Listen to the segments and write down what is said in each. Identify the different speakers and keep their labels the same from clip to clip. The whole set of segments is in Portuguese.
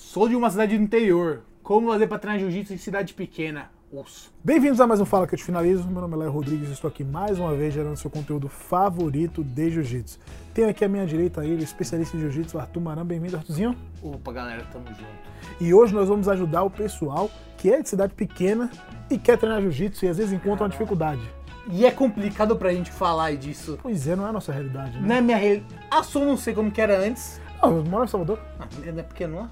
Speaker 1: Sou de uma cidade do interior. Como fazer pra treinar jiu-jitsu em cidade pequena? Osso.
Speaker 2: Bem-vindos a mais um Fala que eu te finalizo. Meu nome é Léo Rodrigues e estou aqui mais uma vez gerando seu conteúdo favorito de jiu-jitsu. Tenho aqui à minha direita ele, o especialista em jiu-jitsu, Arthur Maran. Bem-vindo, Arthurzinho.
Speaker 1: Opa, galera, tamo junto.
Speaker 2: E hoje nós vamos ajudar o pessoal que é de cidade pequena e quer treinar jiu-jitsu e às vezes encontra uma dificuldade.
Speaker 1: E é complicado pra gente falar disso.
Speaker 2: Pois é, não é a nossa realidade, né?
Speaker 1: Na minha real... Ah, só não sei como que era antes.
Speaker 2: Não, eu moro em Salvador.
Speaker 1: Ah, não é porque não é?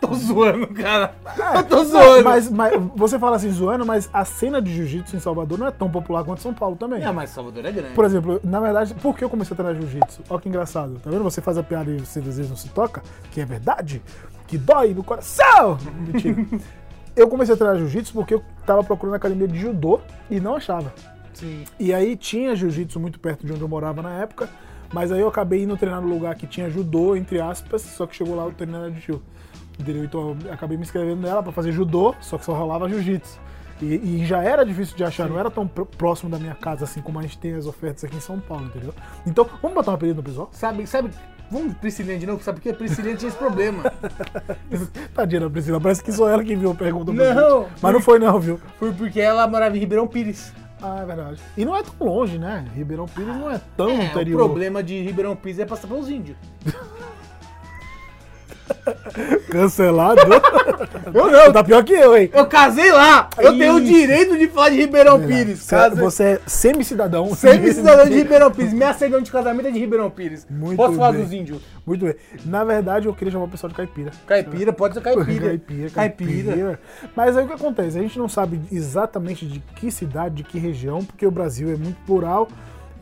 Speaker 1: Tô zoando, cara. Eu tô
Speaker 2: Ah, Não,
Speaker 1: zoando.
Speaker 2: Mas, mas você fala assim, zoando, mas a cena de jiu-jitsu em Salvador não é tão popular quanto em São Paulo também.
Speaker 1: É, mas Salvador é grande.
Speaker 2: Por exemplo, na verdade, por que eu comecei a treinar jiu-jitsu? Olha que engraçado. Tá vendo? Você faz a piada e você às vezes não se toca, que é verdade, que dói no coração. Mentira. eu comecei a treinar jiu-jitsu porque eu tava procurando academia de judô e não achava.
Speaker 1: Sim.
Speaker 2: E aí tinha jiu-jitsu muito perto de onde eu morava na época, mas aí eu acabei indo treinar no lugar que tinha judô, entre aspas, só que chegou lá o treinador de jiu. Entendeu? Então eu acabei me inscrevendo nela pra fazer judô, só que só rolava jiu-jitsu. E, e já era difícil de achar, não era tão pro- próximo da minha casa assim como a gente tem as ofertas aqui em São Paulo, entendeu? Então, vamos botar um apelido no pessoal?
Speaker 1: Sabe, sabe... Vamos Priscilinha de novo, sabe por quê? Priscilinha tinha esse problema.
Speaker 2: Tadinha da Priscila, parece que só ela que viu a pergunta pra
Speaker 1: Não!
Speaker 2: gente. Mas não foi não, viu?
Speaker 1: Foi porque ela morava em Ribeirão Pires.
Speaker 2: Ah, é verdade. E não é tão longe, né? Ribeirão Pires não é tão
Speaker 1: É,
Speaker 2: interior.
Speaker 1: o problema de Ribeirão Pires é passar pelos índios.
Speaker 2: Cancelado. eu não. Tá pior que eu, hein?
Speaker 1: Eu casei lá! Eu tenho o
Speaker 2: Isso.
Speaker 1: direito de falar de Ribeirão Pires.
Speaker 2: Você,
Speaker 1: Casa...
Speaker 2: você é semi-cidadão.
Speaker 1: Semi-cidadão de Ribeirão Pires. Minha certidão de casamento é de Ribeirão Pires.
Speaker 2: Muito
Speaker 1: Posso falar
Speaker 2: bem.
Speaker 1: dos índios?
Speaker 2: Muito bem. Na verdade, eu queria chamar o pessoal de caipira.
Speaker 1: Caipira, pode ser caipira.
Speaker 2: Caipira, caipira. Mas aí o que acontece? A gente não sabe exatamente de que cidade, de que região, porque o Brasil é muito plural.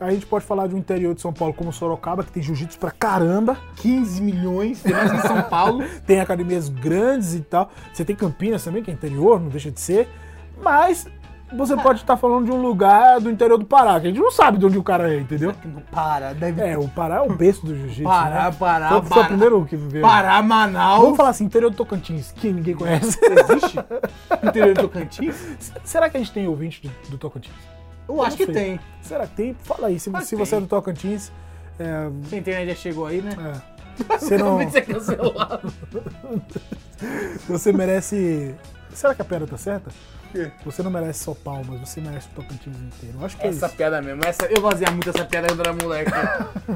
Speaker 2: A gente pode falar de um interior de São Paulo como Sorocaba, que tem jiu-jitsu pra caramba.
Speaker 1: 15 milhões, tem mais em São Paulo.
Speaker 2: tem academias grandes e tal. Você tem Campinas também, que é interior, não deixa de ser. Mas você pode estar falando de um lugar do interior do Pará, que a gente não sabe de onde o cara é, entendeu?
Speaker 1: Para, deve
Speaker 2: É, o Pará é o berço do jiu-jitsu.
Speaker 1: Pará,
Speaker 2: né?
Speaker 1: Pará,
Speaker 2: Foi, foi
Speaker 1: Pará.
Speaker 2: o primeiro que veio.
Speaker 1: Pará,
Speaker 2: Vamos
Speaker 1: Manaus.
Speaker 2: falar assim, interior do Tocantins, que ninguém conhece.
Speaker 1: Existe? Interior do Tocantins?
Speaker 2: Será que a gente tem ouvinte do, do Tocantins?
Speaker 1: Eu acho que
Speaker 2: não sei.
Speaker 1: tem.
Speaker 2: Será que tem? Fala aí, se,
Speaker 1: Ah,
Speaker 2: se
Speaker 1: tem.
Speaker 2: você é do Tocantins, é,
Speaker 1: Sua internet já chegou aí, né?
Speaker 2: é, você não,
Speaker 1: Realmente você cancelado.
Speaker 2: você merece... Será que a pedra tá certa? Você não merece só palmas, você merece o Tocantins inteiro. Eu acho que é
Speaker 1: Essa
Speaker 2: isso.
Speaker 1: piada mesmo. Essa, eu fazia muito essa piada quando era moleque.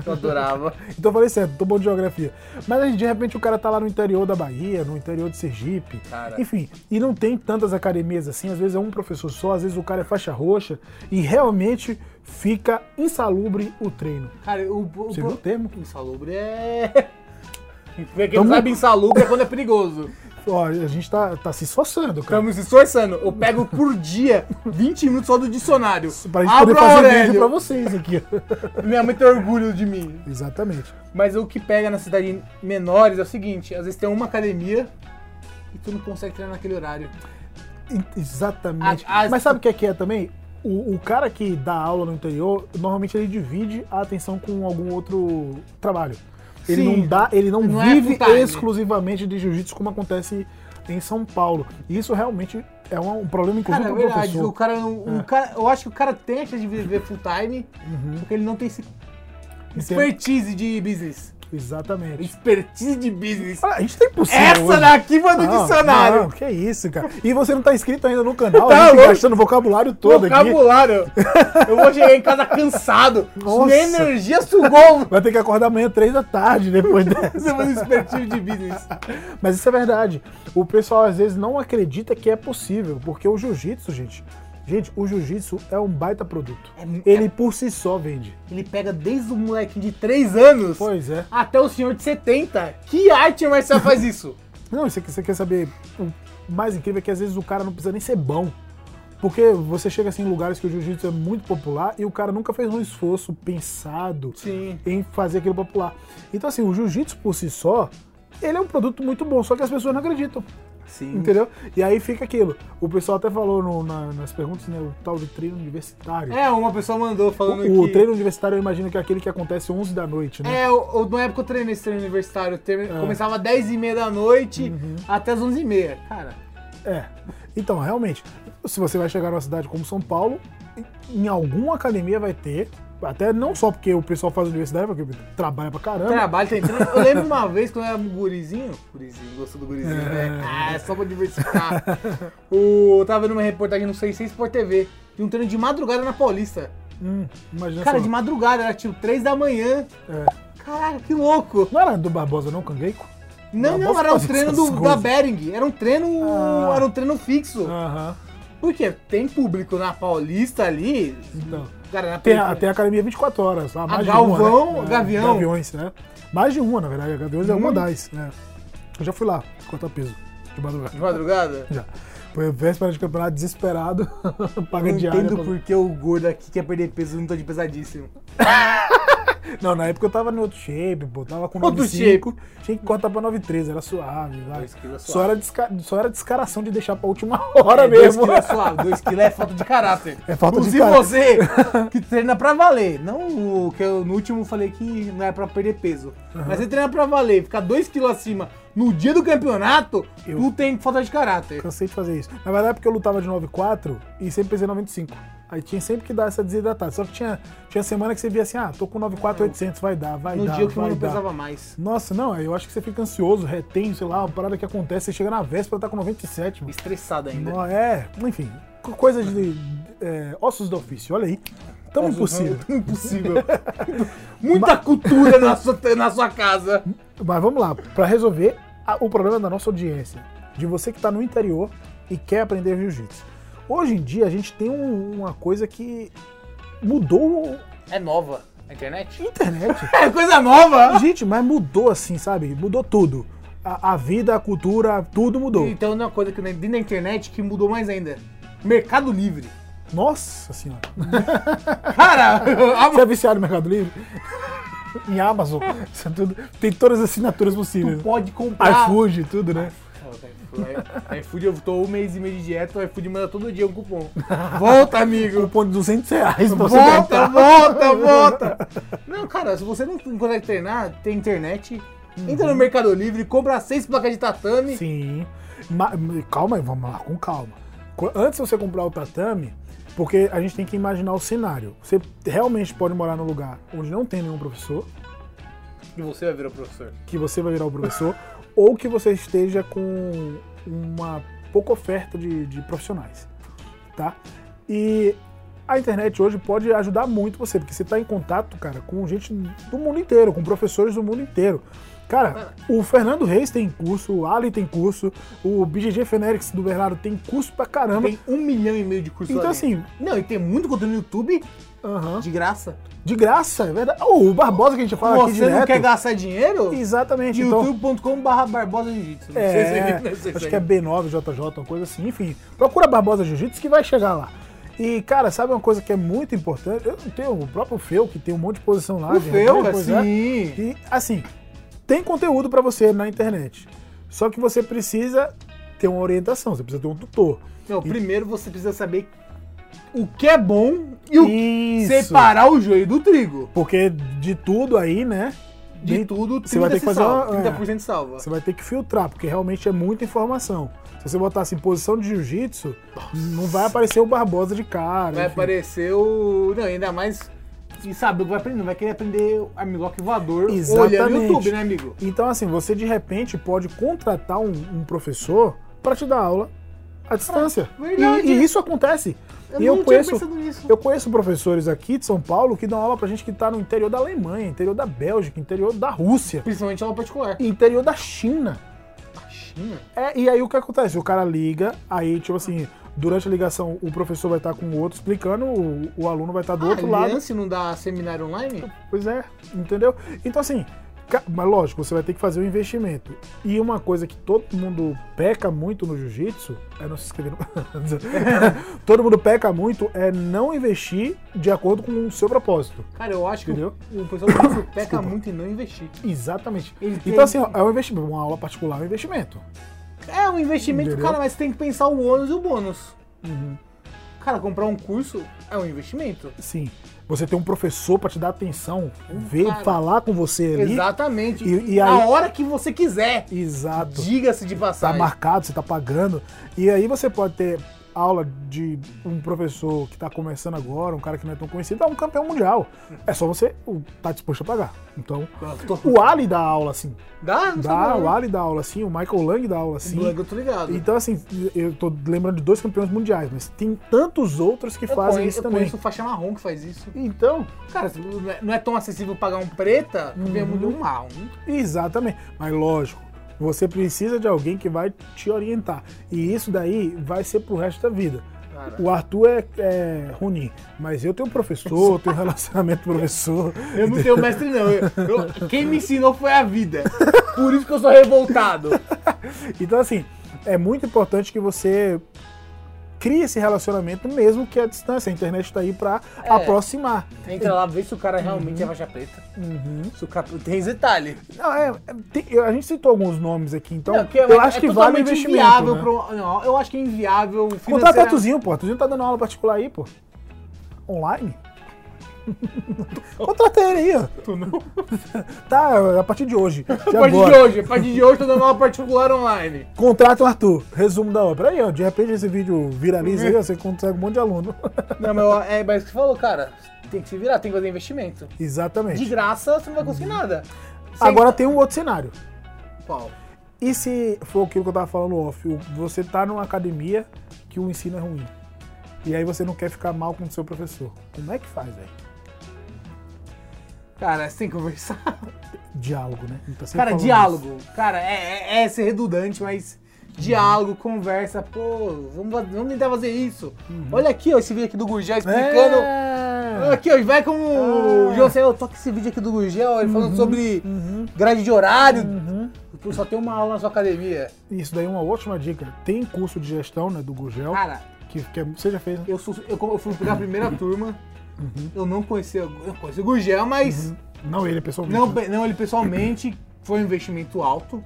Speaker 1: Eu adorava.
Speaker 2: Então eu falei certo, tô bom de geografia. Mas aí, de repente o cara tá lá no interior da Bahia, no interior de Sergipe,
Speaker 1: Cara.
Speaker 2: enfim, e não tem tantas academias assim, às vezes é um professor só, às vezes o cara é faixa roxa, e realmente fica insalubre o treino.
Speaker 1: Cara, o, o,
Speaker 2: Você viu o termo?
Speaker 1: Insalubre é. Pra quem não
Speaker 2: Tamo-
Speaker 1: sabe, insalubre é quando é perigoso.
Speaker 2: Ó, a gente tá, tá se esforçando, cara.
Speaker 1: Estamos se esforçando. Eu pego por dia 20 minutos só do dicionário.
Speaker 2: Pra gente
Speaker 1: Abro
Speaker 2: poder
Speaker 1: a
Speaker 2: fazer um vídeo pra
Speaker 1: Aurélio.
Speaker 2: vocês aqui.
Speaker 1: Minha mãe tem orgulho de mim.
Speaker 2: Exatamente.
Speaker 1: Mas o que pega na cidade menores é o seguinte: às vezes tem uma academia e tu não consegue treinar naquele horário.
Speaker 2: E- Exatamente.
Speaker 1: A- as-
Speaker 2: Mas sabe o que é que é também? O, o cara que dá aula no interior, normalmente ele divide a atenção com algum outro trabalho. Ele
Speaker 1: Sim.
Speaker 2: não dá, ele não,
Speaker 1: Não é
Speaker 2: vive
Speaker 1: full-time.
Speaker 2: exclusivamente de jiu-jitsu como acontece em São Paulo. E isso realmente é um, um problema, inclusive,
Speaker 1: Cara, é
Speaker 2: pro
Speaker 1: verdade. O
Speaker 2: professor. É.
Speaker 1: cara, o, cara, eu acho que o cara tem a chance de viver full time,
Speaker 2: Uhum.
Speaker 1: porque ele não tem esse expertise de business.
Speaker 2: Exatamente.
Speaker 1: Expertise de business.
Speaker 2: Ah, A gente tá impossível.
Speaker 1: Essa
Speaker 2: É tipo- hoje.
Speaker 1: daqui foi do
Speaker 2: Não,
Speaker 1: dicionário.
Speaker 2: não, que isso, cara. E você não tá inscrito ainda no canal,
Speaker 1: Tá
Speaker 2: a gente
Speaker 1: louco.
Speaker 2: gastando vocabulário todo aqui.
Speaker 1: Vocabulário. Eu vou chegar em casa cansado.
Speaker 2: Nossa.
Speaker 1: Minha energia sugou.
Speaker 2: Vai ter que acordar amanhã três da tarde depois
Speaker 1: Você
Speaker 2: dessa.
Speaker 1: faz um expertise de business.
Speaker 2: Mas isso é verdade. O pessoal às vezes não acredita que é possível, porque o jiu-jitsu, gente. Gente, o jiu-jitsu é um baita produto.
Speaker 1: É mu-
Speaker 2: Ele por si só vende.
Speaker 1: Ele pega desde o molequinho de 3 anos
Speaker 2: Pois é.
Speaker 1: até o senhor de 70. Que arte marcial faz isso?
Speaker 2: Não, você, você quer saber? O mais incrível é que às vezes o cara não precisa nem ser bom. Porque você chega assim em lugares que o jiu-jitsu é muito popular e o cara nunca fez um esforço pensado
Speaker 1: Sim.
Speaker 2: em fazer aquilo popular. Então, assim, o jiu-jitsu por si só, ele é um produto muito bom, só que as pessoas não acreditam.
Speaker 1: Sim.
Speaker 2: Entendeu? E aí fica aquilo. O pessoal até falou no- na- nas perguntas, né? O tal de treino universitário.
Speaker 1: É, uma pessoa mandou falando
Speaker 2: o, o
Speaker 1: que...
Speaker 2: treino universitário eu imagino que é aquele que acontece 11 da noite, né?
Speaker 1: É, eu, eu, na época eu treinei esse treino universitário. eu termi- Começava às 10h30 da noite até as 11h30. Cara,
Speaker 2: É. Então, realmente, se você vai chegar numa cidade como São Paulo, em alguma academia vai ter Até não só porque o pessoal faz universidade, porque trabalha pra caramba.
Speaker 1: Trabalho tem. Eu lembro uma vez quando eu era um gurizinho. Gurizinho, gosto do gurizinho, né? Ah, é só pra diversificar. o, eu tava vendo uma reportagem no 66 por TV de um treino de madrugada na Paulista.
Speaker 2: Hum, imagina
Speaker 1: Cara,
Speaker 2: só.
Speaker 1: de madrugada, era tipo 3 da manhã.
Speaker 2: É.
Speaker 1: Caraca, que louco.
Speaker 2: Não era do Barbosa, não, Cangueico?
Speaker 1: Não,
Speaker 2: Não,
Speaker 1: não,
Speaker 2: posso
Speaker 1: era um
Speaker 2: fazer
Speaker 1: treino
Speaker 2: essas
Speaker 1: do, da
Speaker 2: coisas.
Speaker 1: Bering. Era um treino.
Speaker 2: Ah.
Speaker 1: Era um treino fixo.
Speaker 2: Aham.
Speaker 1: Porque tem público na Paulista ali.
Speaker 2: Então.
Speaker 1: Cara, na
Speaker 2: Tem a, tem a academia 24 horas. lá, mais de
Speaker 1: Ah, Galvão,
Speaker 2: uma, né? É,
Speaker 1: Gavião. Uhum.
Speaker 2: Gaviões, né? Mais de uma, na verdade. A Gaviões é uma
Speaker 1: Muito.
Speaker 2: das. né? Eu já fui lá cortar peso de madrugada.
Speaker 1: De madrugada?
Speaker 2: Já. Foi véspera de campeonato desesperado.
Speaker 1: Eu
Speaker 2: Paga
Speaker 1: não
Speaker 2: diária.
Speaker 1: entendo
Speaker 2: pra-
Speaker 1: por que o gordo aqui quer perder peso não tô de pesadíssimo.
Speaker 2: Não, na época eu tava no outro shape, pô. Tava com
Speaker 1: Outro
Speaker 2: 95. Tinha que cortar pra 9,13. Era suave, vai.
Speaker 1: Dois quilos é
Speaker 2: Só
Speaker 1: suave.
Speaker 2: era, desca... Só era descaração de deixar pra última hora mesmo.
Speaker 1: 2kg é suave, 2kg é falta de caráter.
Speaker 2: É falta de
Speaker 1: Inclusive
Speaker 2: cara-
Speaker 1: você que treina pra valer. Não o que eu no último falei que não é pra perder peso. Mas você treina pra valer, ficar 2kg acima no dia do campeonato,
Speaker 2: Eu-
Speaker 1: tu tem falta de caráter.
Speaker 2: Cansei de fazer isso. Na verdade, é porque eu lutava de 9,4 e sempre pesei 95. Aí tinha sempre que dar essa desidratada. Só que tinha, tinha semana que você via assim, ah, tô com 9,4, 800, vai dar, vai
Speaker 1: No
Speaker 2: dar,
Speaker 1: dia que o
Speaker 2: vai
Speaker 1: mano
Speaker 2: dar.
Speaker 1: pesava mais.
Speaker 2: Nossa, não, aí eu acho que você fica ansioso, retém, sei lá, uma parada que acontece, você chega na véspera, tá com 97, mano.
Speaker 1: Estressado ainda.
Speaker 2: Nó- É, enfim, co- coisas de é, ossos do ofício, olha aí. Tão
Speaker 1: Nossa,
Speaker 2: é impossível.
Speaker 1: não, Impossível. Muita cultura na sua, na sua casa.
Speaker 2: Mas vamos lá, pra resolver a- o problema da nossa audiência, de você que tá no interior e quer aprender jiu-jitsu. Hoje em dia a gente tem um- uma coisa que mudou
Speaker 1: É nova a internet?
Speaker 2: a internet.
Speaker 1: É coisa nova!
Speaker 2: gente, mas mudou assim, sabe? Mudou tudo. A, a vida, a cultura, tudo mudou.
Speaker 1: Então é uma coisa que dentro da internet que mudou mais ainda. Mercado Livre.
Speaker 2: Nossa senhora.
Speaker 1: Cara, a
Speaker 2: Você é viciado no Mercado Livre? em Amazon. Isso é tudo. Tem todas as assinaturas
Speaker 1: tu
Speaker 2: possíveis.
Speaker 1: pode comprar.
Speaker 2: iFood, tudo, né?
Speaker 1: iFood. iFood, eu tô um mês e meio de dieta, o iFood manda todo dia um cupom. Volta, amigo!
Speaker 2: Cupom Um de 200 reais pra você
Speaker 1: Volta,
Speaker 2: comprar.
Speaker 1: volta, volta! Não, cara, se você não consegue treinar, tem internet. Entra no Mercado Livre, compra seis placas de tatame.
Speaker 2: Uhum. Sim. Ma- calma aí, vamos lá, com calma. Co- Antes de você comprar o tatame, porque a gente tem que imaginar o cenário. Você realmente pode morar num lugar onde não tem nenhum professor,
Speaker 1: E você vai virar professor.
Speaker 2: que você vai virar o professor, ou que você esteja com uma pouca oferta de, de profissionais, tá? E a internet hoje pode ajudar muito você, porque você está em contato, cara, com gente do mundo inteiro, com professores do mundo inteiro. Cara, o Fernando Reis tem curso, o Ali tem curso, o BGG Fenerix do Bernardo tem curso pra caramba.
Speaker 1: Tem um milhão e meio de cursos
Speaker 2: Então,
Speaker 1: lá
Speaker 2: assim,
Speaker 1: dentro. Não, e tem muito conteúdo no YouTube
Speaker 2: aham,
Speaker 1: de graça.
Speaker 2: de graça, é verdade. Ô, o Barbosa que a gente fala aqui
Speaker 1: Você
Speaker 2: direto.
Speaker 1: não quer gastar dinheiro?
Speaker 2: Exatamente. então-
Speaker 1: youtube.com.br Barbosa Jiu-Jitsu. Não
Speaker 2: É,
Speaker 1: sei se- não sei se
Speaker 2: acho que é B9JJ, uma coisa assim, enfim. Procura Barbosa Jiu-Jitsu que vai chegar lá. E, cara, sabe uma coisa que é muito importante? Eu tenho o próprio Feu, que tem um monte de posição lá.
Speaker 1: O
Speaker 2: de
Speaker 1: Feu,
Speaker 2: replay, pois é.
Speaker 1: sim.
Speaker 2: E, assim, tem conteúdo pra você na internet. Só que você precisa ter uma orientação, você precisa ter um tutor.
Speaker 1: Não, primeiro você precisa saber o que é bom e o
Speaker 2: Isso.
Speaker 1: separar o joio do trigo.
Speaker 2: Porque de tudo aí, né?
Speaker 1: De
Speaker 2: nem-
Speaker 1: tudo, 30%
Speaker 2: você vai ter que fazer
Speaker 1: salva.
Speaker 2: uma- é.
Speaker 1: 30% salva.
Speaker 2: Você vai ter que filtrar, porque realmente é muita informação. Se você botar assim, posição de jiu-jitsu, não vai aparecer o Barbosa de cara.
Speaker 1: Vai
Speaker 2: enfim.
Speaker 1: aparecer o... Não, ainda mais... E sabe o que vai aprender? Vai querer aprender armlock voador olhando
Speaker 2: Exatamente.
Speaker 1: o é YouTube, né, amigo?
Speaker 2: Então, assim, você de repente pode contratar um, um professor para te dar aula à distância.
Speaker 1: Ah, verdade.
Speaker 2: E, e isso acontece.
Speaker 1: Eu não
Speaker 2: e eu
Speaker 1: tinha
Speaker 2: conheço,
Speaker 1: pensado nisso.
Speaker 2: eu conheço professores aqui de São Paulo que dão aula pra gente que tá no interior da Alemanha, interior da Bélgica, interior da Rússia,
Speaker 1: Principalmente aula particular.
Speaker 2: interior da China.
Speaker 1: A China?
Speaker 2: É, e aí o que acontece? O cara liga, aí, tipo assim, durante a ligação o professor vai estar com o outro explicando, o, o aluno vai estar do outro
Speaker 1: a
Speaker 2: lado.
Speaker 1: Aliança não dá seminário online?
Speaker 2: Pois é, entendeu? Então, assim, ca- mas lógico, você vai ter que fazer um investimento. E uma coisa que todo mundo peca muito no jiu-jitsu é não se inscrever no. todo mundo peca muito é não investir de acordo com o seu propósito.
Speaker 1: Cara, eu acho que o,
Speaker 2: Entendeu?
Speaker 1: o pessoal do curso peca
Speaker 2: Desculpa.
Speaker 1: muito em não investir.
Speaker 2: Exatamente.
Speaker 1: Ele tem-
Speaker 2: Então, assim, ó, é um investimento. Uma aula particular é um investimento.
Speaker 1: É um investimento,
Speaker 2: Entendeu? Uhum.
Speaker 1: cara, mas tem que pensar o ônus e o bônus. Cara, comprar um curso é um investimento.
Speaker 2: Sim. Você tem um professor pra te dar atenção, ver,
Speaker 1: Um cara.
Speaker 2: falar com você ali.
Speaker 1: Exatamente.
Speaker 2: E- e
Speaker 1: Na
Speaker 2: aí-
Speaker 1: hora que você quiser.
Speaker 2: Exato.
Speaker 1: Diga-se de
Speaker 2: tá
Speaker 1: passagem.
Speaker 2: marcado, você tá pagando. E aí você pode ter aula de um professor que tá começando agora, um cara que não é tão conhecido, é um campeão mundial. É só você o- tá disposto a pagar. Então, o Ali dá aula assim.
Speaker 1: Dá? Não
Speaker 2: Dá,
Speaker 1: sabe
Speaker 2: o
Speaker 1: não.
Speaker 2: Ali dá aula assim, o Michael Lang dá aula assim.
Speaker 1: Blanco, Eu tô ligado.
Speaker 2: Então, assim, eu tô lembrando de dois campeões mundiais, mas tem tantos outros que
Speaker 1: eu
Speaker 2: fazem
Speaker 1: conheço,
Speaker 2: isso
Speaker 1: eu
Speaker 2: também.
Speaker 1: conheço o faixa marrom que faz isso.
Speaker 2: Então,
Speaker 1: Cara, se não é- não é tão acessível pagar um preta, uhum. vermelho um marrom.
Speaker 2: Exatamente. Mas lógico, você precisa de alguém que vai te orientar. E isso daí vai ser pro resto da vida.
Speaker 1: Cara.
Speaker 2: O Arthur é, é ruim, mas eu tenho professor, eu tenho relacionamento com professor.
Speaker 1: Eu não tenho mestre, não. Eu- eu- quem me ensinou foi a vida. Por isso que eu sou revoltado.
Speaker 2: Então, assim, é muito importante que você crie esse relacionamento mesmo que à distância. A internet tá aí pra
Speaker 1: É.
Speaker 2: aproximar.
Speaker 1: Entra lá, vê se o cara realmente é faixa preta.
Speaker 2: Uhum.
Speaker 1: Se o cara... Tem esse detalhe.
Speaker 2: Não, é, é, tem- eu- a gente citou alguns nomes aqui, então
Speaker 1: Não, que é-
Speaker 2: eu acho
Speaker 1: é
Speaker 2: que vale o
Speaker 1: totalmente
Speaker 2: investimento.
Speaker 1: inviável
Speaker 2: né?
Speaker 1: pro- não, eu acho que é inviável
Speaker 2: Contrata
Speaker 1: financeira-
Speaker 2: a Tuzinho, pô. A Tuzinho tá dando aula particular aí, pô. Online? Contrata ele aí, ó.
Speaker 1: Tu não?
Speaker 2: Tá, a partir de hoje.
Speaker 1: A
Speaker 2: De
Speaker 1: partir
Speaker 2: agora.
Speaker 1: de hoje, a partir de hoje tô dando aula particular online.
Speaker 2: Contrata o Arthur. Resumo da obra. Aí, ó. De repente esse vídeo viraliza aí,
Speaker 1: Uhum.
Speaker 2: ó, você consegue um monte de aluno.
Speaker 1: Não, mas ó, é mas o que você falou, cara. Tem que se virar, tem que fazer investimento. De
Speaker 2: Exatamente.
Speaker 1: graça, você não vai conseguir nada. Sem-
Speaker 2: Agora tem um outro cenário.
Speaker 1: Qual?
Speaker 2: E se for aquilo que eu tava falando off? o- Você tá numa academia que o ensino é ruim. E aí você não quer ficar mal com o seu professor. Como é que faz, velho?
Speaker 1: Cara, sem conversar.
Speaker 2: Diálogo, né? A gente tá sempre
Speaker 1: Cara,
Speaker 2: falando
Speaker 1: diálogo. Cara, é, é, é ser redundante, mas diálogo, conversa. Pô, vamos, vamos tentar fazer isso. Olha aqui, ó, esse vídeo aqui do Gurgel
Speaker 2: disso.
Speaker 1: explicando.
Speaker 2: É.
Speaker 1: Aqui, ó, vai com o
Speaker 2: Ah.
Speaker 1: José, eu toco esse vídeo aqui do Gurgel, ó, ele falando sobre grade de horário. Tu só tem uma aula na sua academia.
Speaker 2: Isso daí é uma ótima dica. Tem curso de gestão, né, do Gugel,
Speaker 1: Cara,
Speaker 2: que, que é- você já fez, né?
Speaker 1: eu, sou, eu, eu fui pegar a primeira turma, eu não conhecia, eu conheci o Gurgel, mas
Speaker 2: Não ele, pessoalmente.
Speaker 1: não,
Speaker 2: né?
Speaker 1: não ele pessoalmente, foi um investimento alto.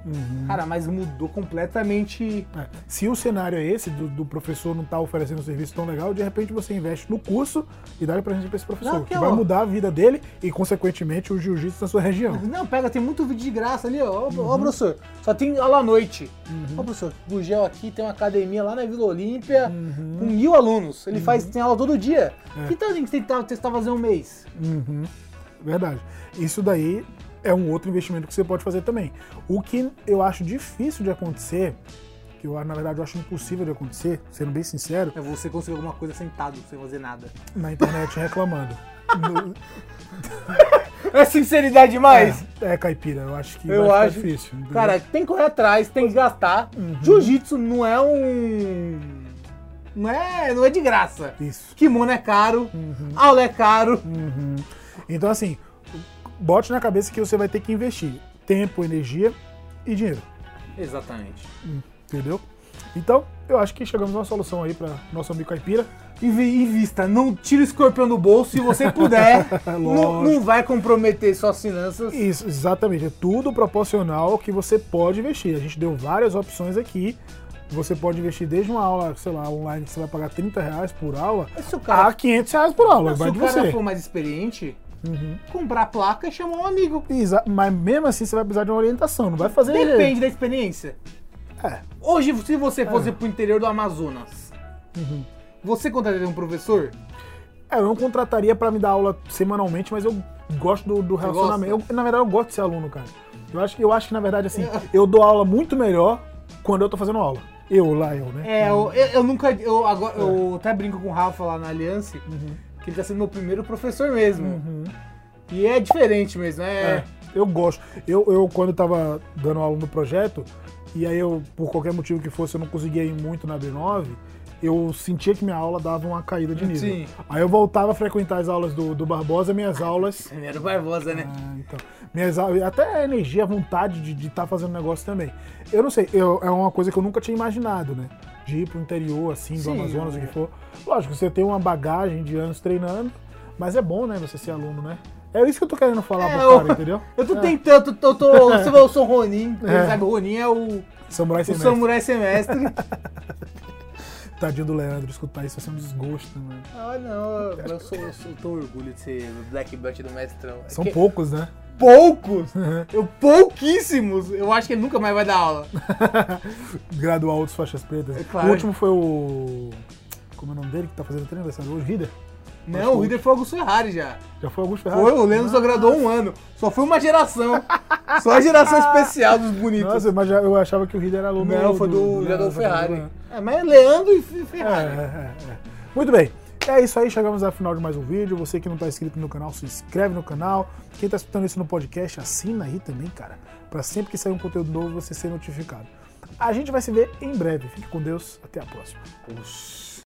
Speaker 1: Cara, mas mudou completamente.
Speaker 2: É. Se o cenário é esse, do, do professor não tá oferecendo um serviço tão legal, de repente você investe no curso e dá de presente pra esse professor,
Speaker 1: Não, que
Speaker 2: que vai
Speaker 1: ó.
Speaker 2: mudar a vida dele e, consequentemente, o jiu-jitsu na sua região.
Speaker 1: Não, pega, tem muito vídeo de graça ali, ó. Ó, ó, professor, só tem aula à noite. Ó, professor, Gurgel aqui tem uma academia lá na Vila Olímpia com mil alunos. Ele faz, tem aula todo dia. Que tal a gente tentar testar fazer um mês?
Speaker 2: Uhum, Verdade. Isso daí é um outro investimento que você pode fazer também. O que eu acho difícil de acontecer, que eu, na verdade, eu acho impossível de acontecer, sendo bem sincero,
Speaker 1: É você conseguir alguma coisa sentado, sem fazer nada.
Speaker 2: na internet reclamando. No-
Speaker 1: É sinceridade demais?
Speaker 2: É, caipira, eu acho que
Speaker 1: Eu
Speaker 2: vai
Speaker 1: acho.
Speaker 2: ficar difícil. entendeu?
Speaker 1: Cara, tem que correr atrás, tem que gastar. Jiu-jitsu não é um. Não é, não é de graça.
Speaker 2: Isso.
Speaker 1: Kimono é caro, aula é caro.
Speaker 2: Então, assim, bote na cabeça que você vai ter que investir tempo, energia e dinheiro.
Speaker 1: Exatamente.
Speaker 2: Entendeu? Então, eu acho que chegamos a uma solução aí para nosso amigo caipira.
Speaker 1: Invi- Invista, não tira o escorpião do bolso se você puder. não,
Speaker 2: Lógico.
Speaker 1: não vai comprometer suas finanças.
Speaker 2: Isso, exatamente. É tudo proporcional ao que você pode investir. A gente deu várias opções aqui. Você pode investir desde uma aula, sei lá, online que você vai pagar 30 reais por aula,
Speaker 1: Se o
Speaker 2: a
Speaker 1: cara,
Speaker 2: 500 reais por aula.
Speaker 1: se
Speaker 2: Ah, Vai
Speaker 1: o
Speaker 2: de
Speaker 1: cara
Speaker 2: você. Uhum.
Speaker 1: for mais experiente, comprar a placa e chamar um amigo.
Speaker 2: Exa- Mas mesmo assim, você vai precisar de uma orientação. Não vai fazer.
Speaker 1: Depende da experiência.
Speaker 2: É.
Speaker 1: Hoje, se você
Speaker 2: Ah.
Speaker 1: fosse pro interior do Amazonas,
Speaker 2: Uhum.
Speaker 1: você contrataria um professor?
Speaker 2: É, eu não contrataria pra me dar aula semanalmente, mas eu gosto do, do relacionamento. Eu, na verdade, eu gosto de ser aluno, cara. Eu acho, que- eu acho que, na verdade, assim, eu dou aula muito melhor quando eu tô fazendo aula. Eu, lá eu, né?
Speaker 1: É, eu, eu- eu nunca. Eu, agora,
Speaker 2: É.
Speaker 1: eu até brinco com o Rafa lá na Aliança,
Speaker 2: Uhum.
Speaker 1: que ele tá sendo meu primeiro professor mesmo. E é diferente mesmo, é.
Speaker 2: É, eu gosto. Eu, eu, quando eu tava dando aula no projeto, e aí eu, por qualquer motivo que fosse, eu não conseguia ir muito na B9, eu sentia que minha aula dava uma caída de nível.
Speaker 1: Sim.
Speaker 2: Aí eu voltava a frequentar as aulas do, do Barbosa, minhas aulas
Speaker 1: Primeiro Barbosa, né?
Speaker 2: Ah, então. Minhas aulas- até a energia, a vontade de estar fazendo negócio também. Eu não sei, eu- é uma coisa que eu nunca tinha imaginado, né? De ir pro interior, assim, do
Speaker 1: Sim,
Speaker 2: Amazonas, o
Speaker 1: é.
Speaker 2: que for. Lógico, você tem uma bagagem de anos treinando, mas é bom, né, você ser aluno, né? É isso que eu tô querendo falar
Speaker 1: É,
Speaker 2: pro cara,
Speaker 1: eu-
Speaker 2: entendeu?
Speaker 1: Eu tô
Speaker 2: É,
Speaker 1: tentando, eu tô. Eu sou, eu sou o Ronin, quem
Speaker 2: É.
Speaker 1: sabe? O Ronin é o,
Speaker 2: Samurai
Speaker 1: o
Speaker 2: sem mestre.
Speaker 1: samurai semestre.
Speaker 2: Tadinho do Leandro, escutar isso vai ser um desgosto, né?
Speaker 1: ah, não, eu sou, eu sou tão orgulho de ser o Black Belt do mestrão. É
Speaker 2: São Uhum.
Speaker 1: que-
Speaker 2: poucos, né?
Speaker 1: poucos! Eu, pouquíssimos! Eu acho que ele nunca mais vai dar aula.
Speaker 2: Graduar outros faixas pretas.
Speaker 1: É claro.
Speaker 2: O último foi o como é o nome dele que tá fazendo treino aniversário hoje? Rider?
Speaker 1: Não, o líder foi o Augusto Ferrari já.
Speaker 2: Já foi Augusto Ferrari?
Speaker 1: Foi, o Leno só gradou um ano. Só foi uma geração. Só a geração especial dos bonitos.
Speaker 2: Nossa, mas já- eu achava que o Rider era aluno
Speaker 1: Não, foi do
Speaker 2: da-
Speaker 1: jogador
Speaker 2: da-
Speaker 1: Ferrari. É, mas é Leandro e Fe-
Speaker 2: É,
Speaker 1: Ferrari.
Speaker 2: é, é. Muito bem. É isso aí, chegamos ao final de mais um vídeo. Você que não tá inscrito no canal, se inscreve no canal. Quem tá escutando isso no podcast, assina aí também, cara. Pra sempre que sair um conteúdo novo, você ser notificado. A gente vai se ver em breve. Fique com Deus. Até a próxima.